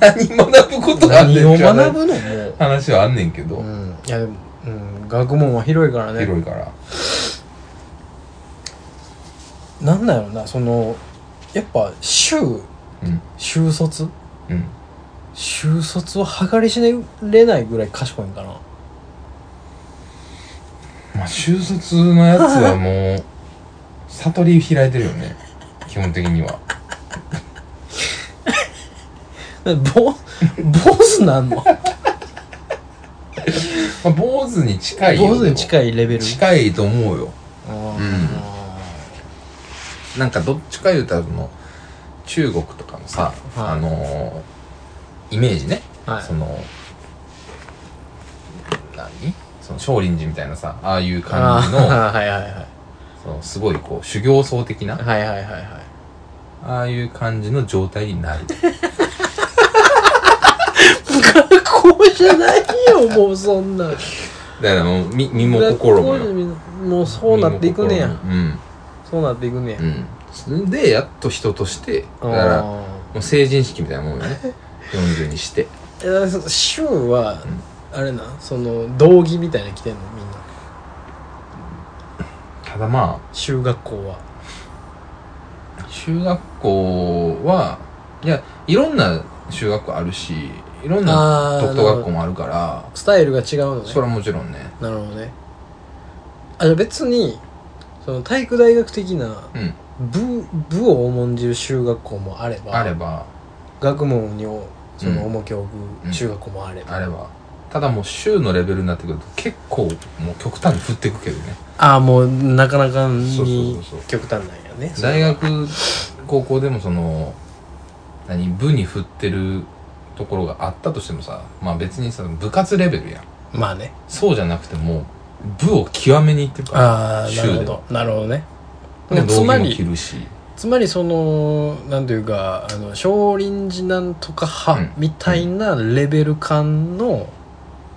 Speaker 1: 何何学ぶことあんね
Speaker 2: 何を
Speaker 1: んか
Speaker 2: 学ぶのもう
Speaker 1: 話はあんねんけど、
Speaker 2: うん、いやでもうん、学問は広いからね
Speaker 1: 広いから。
Speaker 2: なんだろうなそのやっぱ修
Speaker 1: うん。
Speaker 2: 修卒
Speaker 1: うん。
Speaker 2: 修卒を計り知れないぐらい賢いんかな
Speaker 1: まあ、修卒のやつはもう、悟り開いてるよね。基本的には。
Speaker 2: だってぼ坊主なんの
Speaker 1: まあ、坊主に近いよ。
Speaker 2: 坊主に近
Speaker 1: い。
Speaker 2: いレベル
Speaker 1: 近いと思うよ。
Speaker 2: あ
Speaker 1: なんかどっちか言うたらその、中国とかのさ、
Speaker 2: はい
Speaker 1: あのーイメージね。
Speaker 2: ーはい
Speaker 1: その、何その少林寺みたいなさ、ああいう感じの、
Speaker 2: あーはいはいはい
Speaker 1: そのすごいこう、修行僧的な、
Speaker 2: はいはいはいはい
Speaker 1: ああいう感じの状態にな る。
Speaker 2: 学校じゃないよもうそんな
Speaker 1: だからもう、身身も心も
Speaker 2: 学校
Speaker 1: よ。
Speaker 2: にもうそうなっていく
Speaker 1: 身も
Speaker 2: ねや
Speaker 1: 心も
Speaker 2: そうなっていくねや
Speaker 1: うん。うん。それで、やっと人として、だから、も
Speaker 2: あ
Speaker 1: う成人式みたいなもんよ ね。40にして。
Speaker 2: ーえだからそシュウは、あれなその道着みたいなの着てんのみんな
Speaker 1: ただま
Speaker 2: 修学校は
Speaker 1: あ、中学校は、いや、いろんな中学校あるし、いろんな
Speaker 2: あー
Speaker 1: 特等学校もあるから、
Speaker 2: スタイルが違うのね
Speaker 1: それはもちろんね。
Speaker 2: なるほどねあじゃあ別にその体育大学的な
Speaker 1: うん。
Speaker 2: 部部を重んじる修学校もあれば
Speaker 1: あれば、
Speaker 2: 学問にその
Speaker 1: うん
Speaker 2: 重きを置く中学校もあれば、
Speaker 1: あれば。ただもう州のレベルになってくると結構もう極端に振っていくけどね。
Speaker 2: ああもうなかなか
Speaker 1: そうそうそ
Speaker 2: に
Speaker 1: うそう
Speaker 2: 極端なんやねそれ
Speaker 1: 大学、高校でもその、何、部に振ってるところがあったとしてもさ、まあ別にさ、部活レベルやん。
Speaker 2: まあね
Speaker 1: そうじゃなくてもう、部を極めにいってるから。
Speaker 2: ああなるほどなるほどね
Speaker 1: で
Speaker 2: つ
Speaker 1: 道
Speaker 2: ま
Speaker 1: 着も着
Speaker 2: り
Speaker 1: るし。
Speaker 2: つまりそのなんていうかあの少林寺なんとか
Speaker 1: うん
Speaker 2: 派みたいなレベル感の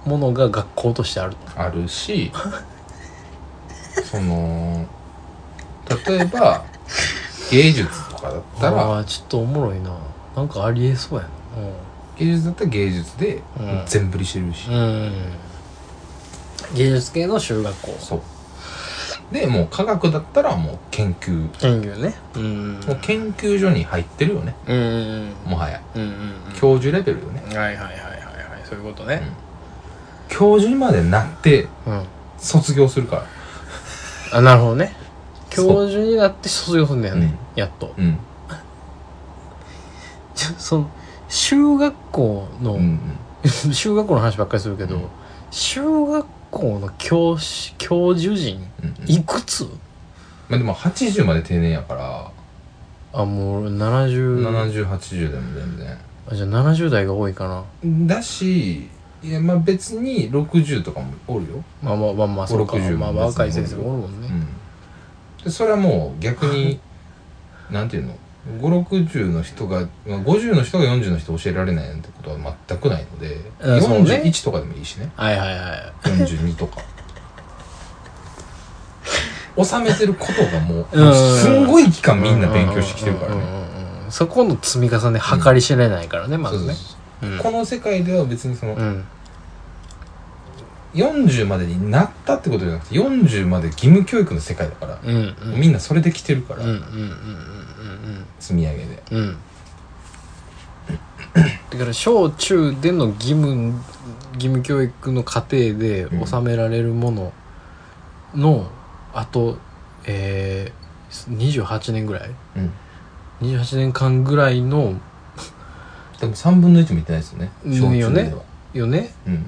Speaker 2: ものが学校としてある
Speaker 1: あるしその例えば芸術とかだったら
Speaker 2: あーちょっとおもろいななんかありえそうやな
Speaker 1: 芸術だったら芸術で
Speaker 2: うん
Speaker 1: 全振りしてるし、
Speaker 2: うん、うん、芸術系の修学校
Speaker 1: そうでもう科学だったらもう研究も
Speaker 2: 研究ねうん
Speaker 1: う研究所に入ってるよね
Speaker 2: うんうん
Speaker 1: もはや
Speaker 2: うんうん
Speaker 1: 教授レベルよね
Speaker 2: うんはいはいはいはいはいそういうことね
Speaker 1: 教授にまでなって
Speaker 2: うん
Speaker 1: 卒業するから
Speaker 2: あなるほどね
Speaker 1: そう
Speaker 2: 教授になって卒業するんだよね、やっと
Speaker 1: うん
Speaker 2: ちょその修学校の、
Speaker 1: うんうん
Speaker 2: 修学校の話ばっかりするけど、
Speaker 1: うん
Speaker 2: 修学校の教師教授陣
Speaker 1: うん
Speaker 2: いくつ
Speaker 1: まあでも80まで定年やから
Speaker 2: あもう俺70
Speaker 1: 7080でも全然
Speaker 2: あじゃあ70代が多いかな
Speaker 1: だしいやまあ別に60とかもおるよ、
Speaker 2: まあまあまあまあそうか
Speaker 1: 60
Speaker 2: まあまあ若い先生もおるもん
Speaker 1: う
Speaker 2: ね、
Speaker 1: ん、でそれはもう逆 になんていうの560の人が、まあ、50の人が40の人教えられないなんてことは全くないので、
Speaker 2: うんそうね
Speaker 1: 41とかでもいいしね
Speaker 2: はいはいは
Speaker 1: 42と か収めてることがもう、
Speaker 2: うん
Speaker 1: すんごい期間
Speaker 2: い
Speaker 1: みんな勉強してきてるから
Speaker 2: うんう
Speaker 1: ね
Speaker 2: んうんうんそこの積み重ね計り知れないからね、ま
Speaker 1: そう
Speaker 2: ず
Speaker 1: そう
Speaker 2: ね
Speaker 1: そう
Speaker 2: うん
Speaker 1: この世界では別にその、
Speaker 2: うん
Speaker 1: 40までになったってことじゃなくて40まで義務教育の世界だから、
Speaker 2: うんうん
Speaker 1: みんなそれで来てるから、
Speaker 2: うんうんうんうん
Speaker 1: 積み上げで
Speaker 2: うんうんだから小中での義務義務教育の過程で
Speaker 1: うん
Speaker 2: 収められるもののあと、えー、28年ぐらい
Speaker 1: うん
Speaker 2: 28年間ぐらいの
Speaker 1: でも3分の1もいってないですよね
Speaker 2: うん
Speaker 1: 小
Speaker 2: いいよ
Speaker 1: 中
Speaker 2: ね
Speaker 1: では、
Speaker 2: よね
Speaker 1: うん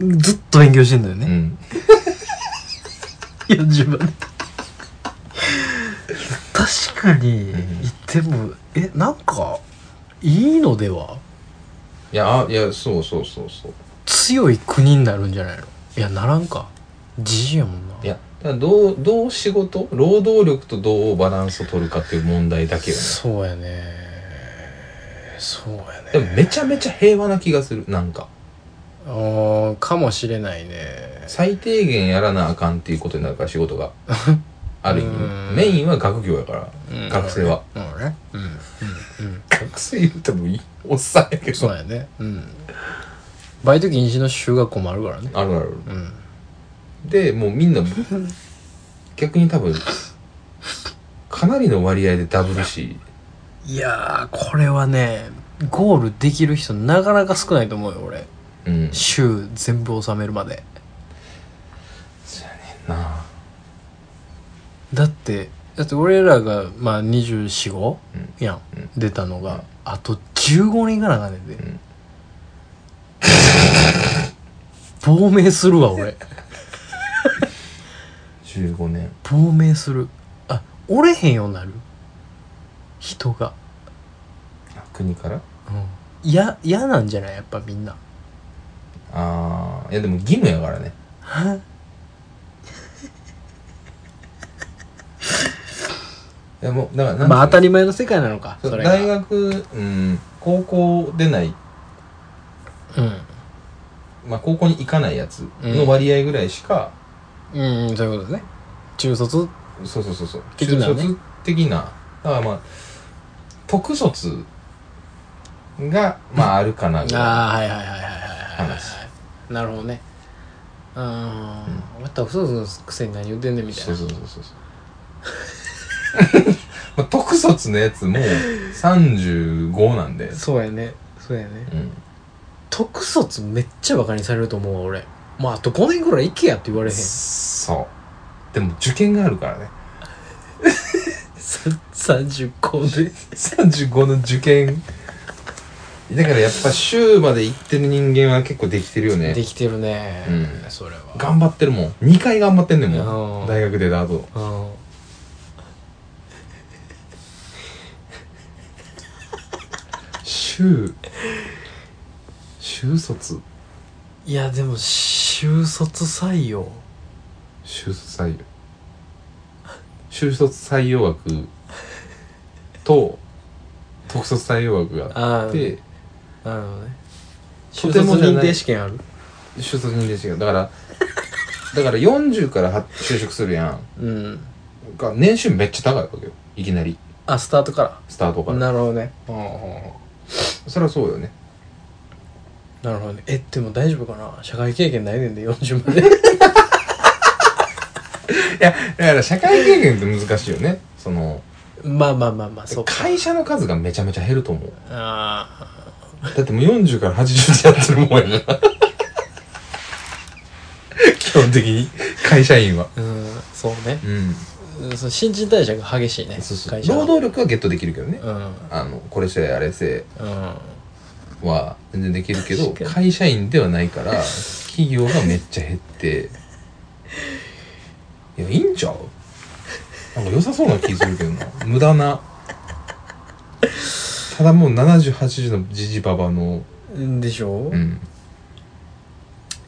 Speaker 2: ずっと勉強してんだよね
Speaker 1: うん、
Speaker 2: いや自分確かに言ってもえなんかいいのではい
Speaker 1: やあいやそうそうそうそう
Speaker 2: 強い国になるんじゃないのいやならんかじじいやもんない
Speaker 1: やだからどうどう仕事労働力とどうバランスを取るかっていう問題だけよね
Speaker 2: そうやねそうやね
Speaker 1: でもめちゃめちゃ平和な気がするなんか
Speaker 2: あーかもしれないね
Speaker 1: 最低限やらなあかんっていうことになるから仕 事がある意
Speaker 2: う
Speaker 1: 味
Speaker 2: ん
Speaker 1: メインは学業やから、
Speaker 2: うん
Speaker 1: 学生は
Speaker 2: うんねうんうんうん
Speaker 1: 学生言うてもいいおっさんやけど
Speaker 2: そうやねうんバイト禁止の中学校もあるからね
Speaker 1: あるある
Speaker 2: うん
Speaker 1: でもうみん な逆に多分かなりの割合でダブル C
Speaker 2: いやーこれはねゴールできる人なかなか少ないと思うよ俺
Speaker 1: うん
Speaker 2: 週全部収めるまで
Speaker 1: なあ
Speaker 2: だってだって俺らがまあ245
Speaker 1: うん
Speaker 2: やん、
Speaker 1: うん
Speaker 2: 出たのが、あと15人いかなあかんねんで、
Speaker 1: ん
Speaker 2: 亡命するわ俺
Speaker 1: 15年
Speaker 2: 亡命するあ折れへんようになる人が
Speaker 1: あ国から
Speaker 2: うんや嫌なんじゃないやっぱ みんな
Speaker 1: ああいやでも義務やからねいやもうだからなんていうの
Speaker 2: まあ当たり前の世界なのか
Speaker 1: そう
Speaker 2: それが
Speaker 1: 大学、うん、高校出ない、
Speaker 2: うん
Speaker 1: まあ、高校に行かないやつ
Speaker 2: うん
Speaker 1: の割合ぐらいしか、
Speaker 2: うんうんそういうことね中卒
Speaker 1: そうそうそうそう
Speaker 2: 的なね
Speaker 1: 中卒的なだからまあ特卒がまあ あるかなぐら
Speaker 2: ああはいはいはいはいはいはい
Speaker 1: 話
Speaker 2: なるほどねうーんまた嘘のくせに何言ってんねん
Speaker 1: い
Speaker 2: みたい
Speaker 1: そう
Speaker 2: な
Speaker 1: そうそう そうまあ特卒のやつもう35なんで、
Speaker 2: そうやねそうやね
Speaker 1: うん、
Speaker 2: 特卒めっちゃバカにされると思うわ俺もうあと5年ぐらい行けやって 言われへん
Speaker 1: そうでも受験があるからね
Speaker 2: 30校で
Speaker 1: 35の受験だからやっぱ週まで行ってる人間は結構できてるよね
Speaker 2: できてるね、
Speaker 1: うん
Speaker 2: それは
Speaker 1: 頑張ってるもん2回頑張ってんねんも
Speaker 2: あー
Speaker 1: ん大学出た後
Speaker 2: うん
Speaker 1: 週週卒
Speaker 2: いやでも就卒採用
Speaker 1: 修卒採用修卒採用枠と特卒採用枠が
Speaker 2: あ
Speaker 1: あ
Speaker 2: あ
Speaker 1: って
Speaker 2: なるほどね
Speaker 1: と
Speaker 2: 就卒
Speaker 1: てもじゃない
Speaker 2: 認定試験ある
Speaker 1: 修卒認定試験だからだから40からは就職するや
Speaker 2: うん
Speaker 1: んが年収めっちゃ高いわけよいきなり
Speaker 2: あスタートか
Speaker 1: スタートからら
Speaker 2: なるほどね
Speaker 1: そりゃそうよね
Speaker 2: なるほどねえでも大丈夫かな社会経験ないねんで40ま で
Speaker 1: いやだから社会経験って難しいよねその
Speaker 2: まあまあまあまあそうか
Speaker 1: 会社の数がめちゃめちゃ減ると思う
Speaker 2: あ
Speaker 1: だってもう40から80でやってるもんやから 基本的に会社員は
Speaker 2: あうんそうね
Speaker 1: うん
Speaker 2: うんそう新陳代謝が激しいね
Speaker 1: そうそう
Speaker 2: 会社は
Speaker 1: 労働力はゲットできるけどね、
Speaker 2: うん
Speaker 1: あのこれせえあれせ
Speaker 2: うん
Speaker 1: えは全然できるけど
Speaker 2: 確かに
Speaker 1: 会社員ではないから企業がめっちゃ減っていやいいんちゃうなんか良さそうな気するけどな無駄なただもう7080のじじばばの
Speaker 2: うんでしょ、
Speaker 1: う
Speaker 2: い
Speaker 1: ん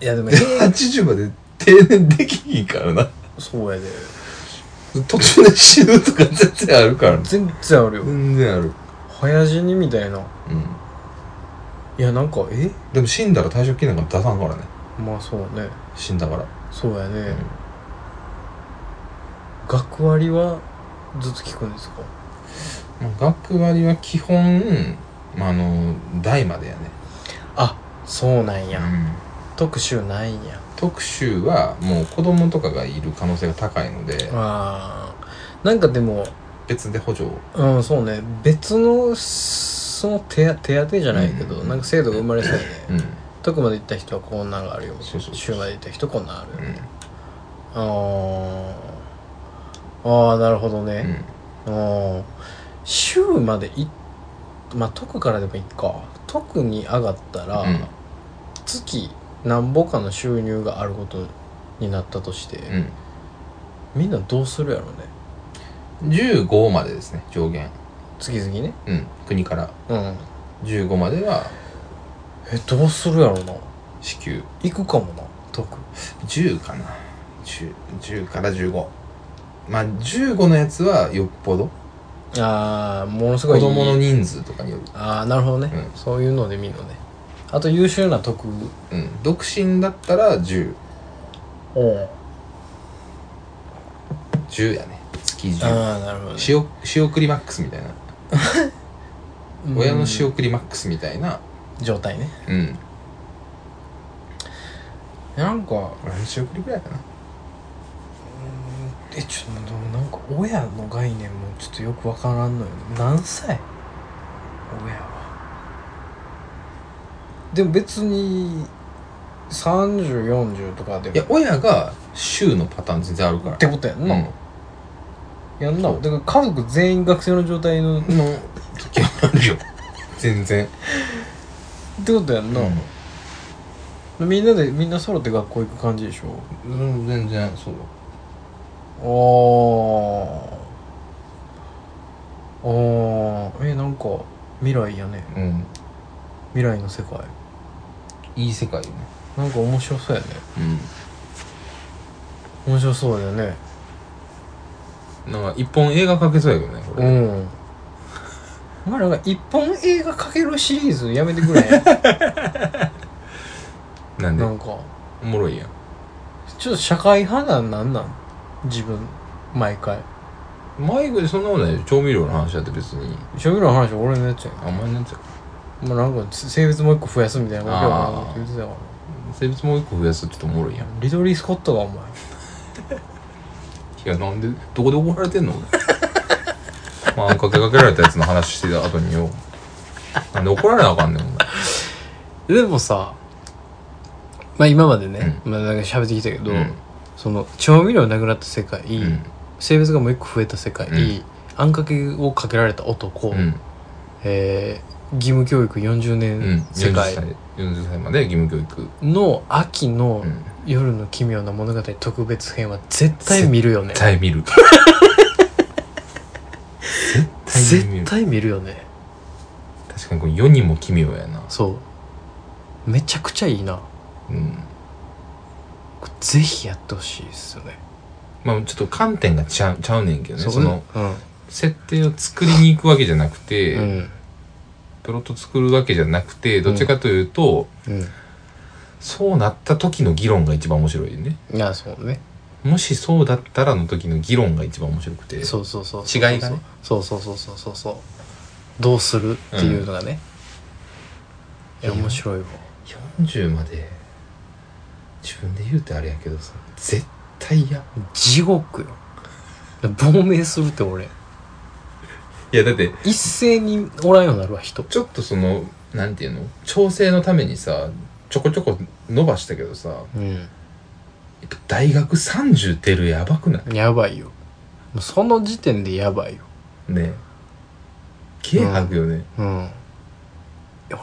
Speaker 2: や でも
Speaker 1: で80まで定年できひんからな
Speaker 2: そうやで
Speaker 1: 途中で死ぬとか絶対あるからね
Speaker 2: 全然あるよ
Speaker 1: 全然ある
Speaker 2: 早死にみたいな
Speaker 1: うん
Speaker 2: いやなんかえ
Speaker 1: でも死んだら退職金なんか出さんからね
Speaker 2: まあそうね
Speaker 1: 死んだから
Speaker 2: そうやね、
Speaker 1: うん
Speaker 2: 学割はずっと聞くんですか
Speaker 1: まあ学割は基本、まあ、あの代までやね、
Speaker 2: あそうなんや、
Speaker 1: うん
Speaker 2: 特集ないんや
Speaker 1: 特集はもう子供とかがいる可能性が高いので
Speaker 2: あーなんかでも
Speaker 1: 別で補助を
Speaker 2: うんそうね別のその手当手当じゃないけど、
Speaker 1: うん
Speaker 2: なんか制度が生まれそうやね、
Speaker 1: うん、
Speaker 2: どこまで行った人はこんなんがあるよ
Speaker 1: そうそうそう
Speaker 2: 週まで行った人こんなんあるよ、
Speaker 1: うん
Speaker 2: あーあーなるほど
Speaker 1: う
Speaker 2: ね、
Speaker 1: ん、
Speaker 2: あー週までいまあ特からでもいいか特に上がったら、
Speaker 1: うん
Speaker 2: 月なんぼかの収入があることになったとし
Speaker 1: う
Speaker 2: て、みんなどうするやろね
Speaker 1: ん、15までですね上限、
Speaker 2: 月々ね
Speaker 1: うん、国から
Speaker 2: うん
Speaker 1: 15までは
Speaker 2: えどうするやろな
Speaker 1: 支給
Speaker 2: 行くかもな特
Speaker 1: 10かな 10, 10から15まあ15のやつはよっぽど
Speaker 2: ああものすご
Speaker 1: 子
Speaker 2: い
Speaker 1: 供の人数とかによる、
Speaker 2: ああなるほどね、
Speaker 1: う
Speaker 2: そういうので見るのねあと優秀な特
Speaker 1: うん、独身だったら1010
Speaker 2: お
Speaker 1: やね月10
Speaker 2: ああなるほど、ね、
Speaker 1: 仕送仕送りマックスみたいな親の仕送りマックスみたいな、
Speaker 2: うん状態ね
Speaker 1: うん、なんか何週ぶりぐらいかな
Speaker 2: えちょっとでもなんか親の概念もちょっとよくわからんのよね何歳親はでも別に3040とかでも
Speaker 1: いや親が週のパターン全然あるから
Speaker 2: ってことやん
Speaker 1: うん
Speaker 2: な、やんなだから家族全員学生の状態のっ
Speaker 1: の時はあるよ全然
Speaker 2: てことやんな、
Speaker 1: う
Speaker 2: みんなでみんな揃って学校行く感じでしょ
Speaker 1: ん全然そうよ
Speaker 2: ああああえなんか未来やね
Speaker 1: うん
Speaker 2: 未来の世界
Speaker 1: いい世界よね
Speaker 2: なんか面白そうやね
Speaker 1: う
Speaker 2: 面白そうだよね
Speaker 1: んなんか一本映画かけそうやけどねこれ
Speaker 2: ん お前なんか一本映画かけるシリーズやめてくれ
Speaker 1: なんで
Speaker 2: な
Speaker 1: お
Speaker 2: んか
Speaker 1: もろいやん
Speaker 2: ちょっと社会派なんなんなん自分毎回
Speaker 1: マイクでそんなことないよ調味料の話だって別に
Speaker 2: 職業の話俺のやつや
Speaker 1: あんまりなんちゃう
Speaker 2: もうなんか性別もう一個増やすみたいなことやなって言ってたから
Speaker 1: 生物もう一個増やすって言っておもろいやん
Speaker 2: リドリー・スコットがお前
Speaker 1: いやなんでどこで怒られてんの俺 まああんかけかけられたやつの話してた後によなんで怒られなあかんねんお前
Speaker 2: でもさまあ今までね、まあなんか喋ってきたけど、
Speaker 1: うん
Speaker 2: その調味料なくなった世界、
Speaker 1: うん
Speaker 2: 性別がもう一個増えた世界、
Speaker 1: うん
Speaker 2: あんかけをかけられた男、
Speaker 1: うん
Speaker 2: えー義務教育40
Speaker 1: うん
Speaker 2: 年世
Speaker 1: 40歳
Speaker 2: 界
Speaker 1: 40歳まで義務教育
Speaker 2: の秋の
Speaker 1: うん
Speaker 2: 夜の奇妙な物語特別編は絶対見るよね
Speaker 1: 絶対 見る絶対見
Speaker 2: 絶
Speaker 1: る
Speaker 2: 対見るよね
Speaker 1: 確かにこれ世にも奇妙やな
Speaker 2: そうめちゃくちゃいいな
Speaker 1: うん
Speaker 2: これぜひやってほしいですよね
Speaker 1: まあちょっと観点がちゃうちゃうねんけどね
Speaker 2: う
Speaker 1: その
Speaker 2: うん
Speaker 1: 設定を作りに行くわけじゃなくて、
Speaker 2: うん
Speaker 1: プロット作るわけじゃなくてどっちかというと、
Speaker 2: うん
Speaker 1: そうなった時の議論が一番面白いね
Speaker 2: いやそうね
Speaker 1: もしそうだったらの時の議論が一番面白くて
Speaker 2: そうそうそう
Speaker 1: 違いがね
Speaker 2: そうそうそうそうそうそうどうするっていうのがね、
Speaker 1: うん
Speaker 2: いや面白いわ
Speaker 1: 40まで自分で言うてあれやけどさ絶対嫌
Speaker 2: 地獄よ亡命するって俺
Speaker 1: いやだって
Speaker 2: 一斉におらんようになるわ人
Speaker 1: ちょっとそのなんていうの調整のためにさちょこちょこ伸ばしたけどさ
Speaker 2: うん
Speaker 1: やっぱ大学30出るやばくない
Speaker 2: やばいよもうその時点でやばいよ
Speaker 1: ね軽薄よね、
Speaker 2: うんいや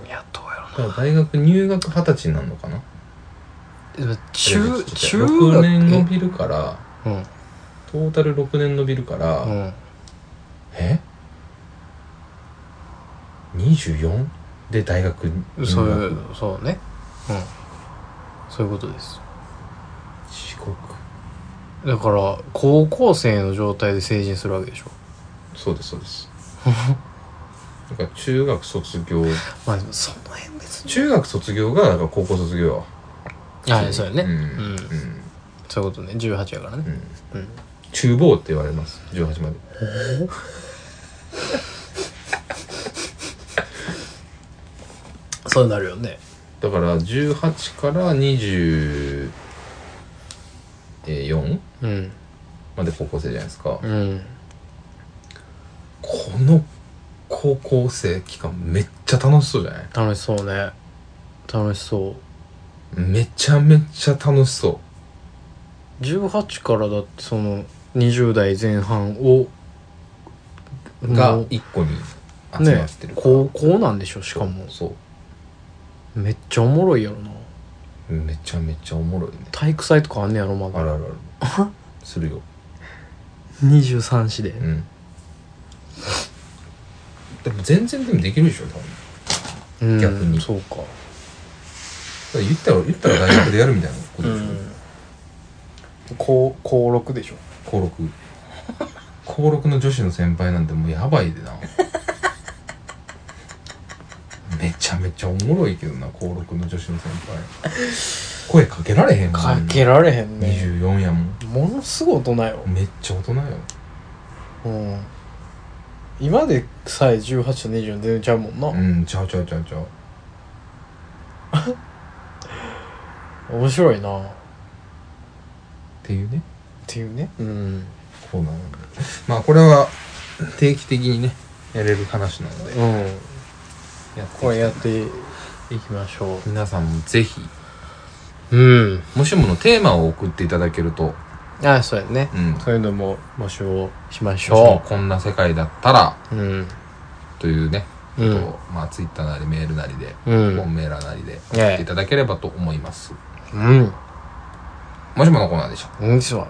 Speaker 2: 俺いやどうやろ
Speaker 1: だから大学入学二十歳になるのかな
Speaker 2: うなでも中中学
Speaker 1: 6年伸びるから
Speaker 2: うん
Speaker 1: トータル6年伸びるから、
Speaker 2: うん
Speaker 1: え ?24? で大学入学
Speaker 2: そういうそうねうんそういうことです
Speaker 1: 地獄
Speaker 2: だから高校生の状態で成人するわけでしょ
Speaker 1: そうですそうです だから中学卒業
Speaker 2: まあでもその辺別に
Speaker 1: 中学卒業がだから高校卒業は
Speaker 2: あそうやね
Speaker 1: う
Speaker 2: うんん、
Speaker 1: うん
Speaker 2: そういうことね18やから
Speaker 1: う
Speaker 2: ね
Speaker 1: ん
Speaker 2: うん
Speaker 1: 厨房って言われます18まで
Speaker 2: そうなるよね
Speaker 1: だから18から24
Speaker 2: うん
Speaker 1: まで高校生じゃないですか、
Speaker 2: うん
Speaker 1: この高校生期間めっちゃ楽しそうじゃない
Speaker 2: 楽しそうね楽しそう
Speaker 1: めちゃめちゃ楽しそ
Speaker 2: 18からだってその20代前半を
Speaker 1: うが
Speaker 2: も
Speaker 1: 一個に
Speaker 2: う
Speaker 1: 集ま
Speaker 2: ね
Speaker 1: ってるから、
Speaker 2: 高校なんでしょしかも
Speaker 1: そ
Speaker 2: めっちゃおもろいやろな
Speaker 1: うめちゃめちゃおもろいね
Speaker 2: 体育祭とかあんねやろま
Speaker 1: あ
Speaker 2: だ
Speaker 1: るあるあるするよ
Speaker 2: 23子で
Speaker 1: うんでも全然でもできるでしょ多分
Speaker 2: うん
Speaker 1: 逆に
Speaker 2: そうか
Speaker 1: だから言ったら言ったら大学でやるみたいなことでしょ、
Speaker 2: 高高6でしょ
Speaker 1: 高6高6の女子の先輩なんてもうやばいでなめちゃめちゃおもろいけどな高6の女子の先輩声かけられへんもん
Speaker 2: かけられへんね
Speaker 1: 24やもん
Speaker 2: ものすごい大人よ
Speaker 1: めっちゃ大人よ
Speaker 2: うん今でさえ18と20全然ちゃうもんな、
Speaker 1: うんちゃうちゃうちゃうちゃう
Speaker 2: 面白いなって
Speaker 1: いうね、
Speaker 2: ていうねうん
Speaker 1: コーナーなんで。まあこれは定期的にね、やれる話なので、
Speaker 2: うん
Speaker 1: やっていき
Speaker 2: こ
Speaker 1: た
Speaker 2: れ
Speaker 1: い
Speaker 2: やっていきましょ
Speaker 1: 皆さんもぜひ、
Speaker 2: ううん
Speaker 1: もしものテーマを送っていただけると、
Speaker 2: あそうやね
Speaker 1: うん。
Speaker 2: そういうのも募集をしまし
Speaker 1: もしも
Speaker 2: ょ
Speaker 1: こんな世界だったら、
Speaker 2: ううん
Speaker 1: というね、
Speaker 2: う
Speaker 1: こと
Speaker 2: ん
Speaker 1: をまあツイッターなりメールなりで、
Speaker 2: うん
Speaker 1: 本メーラーなりで送
Speaker 2: ええ
Speaker 1: っていただければと思います。
Speaker 2: うん
Speaker 1: もしものコーナーでした。
Speaker 2: うんそう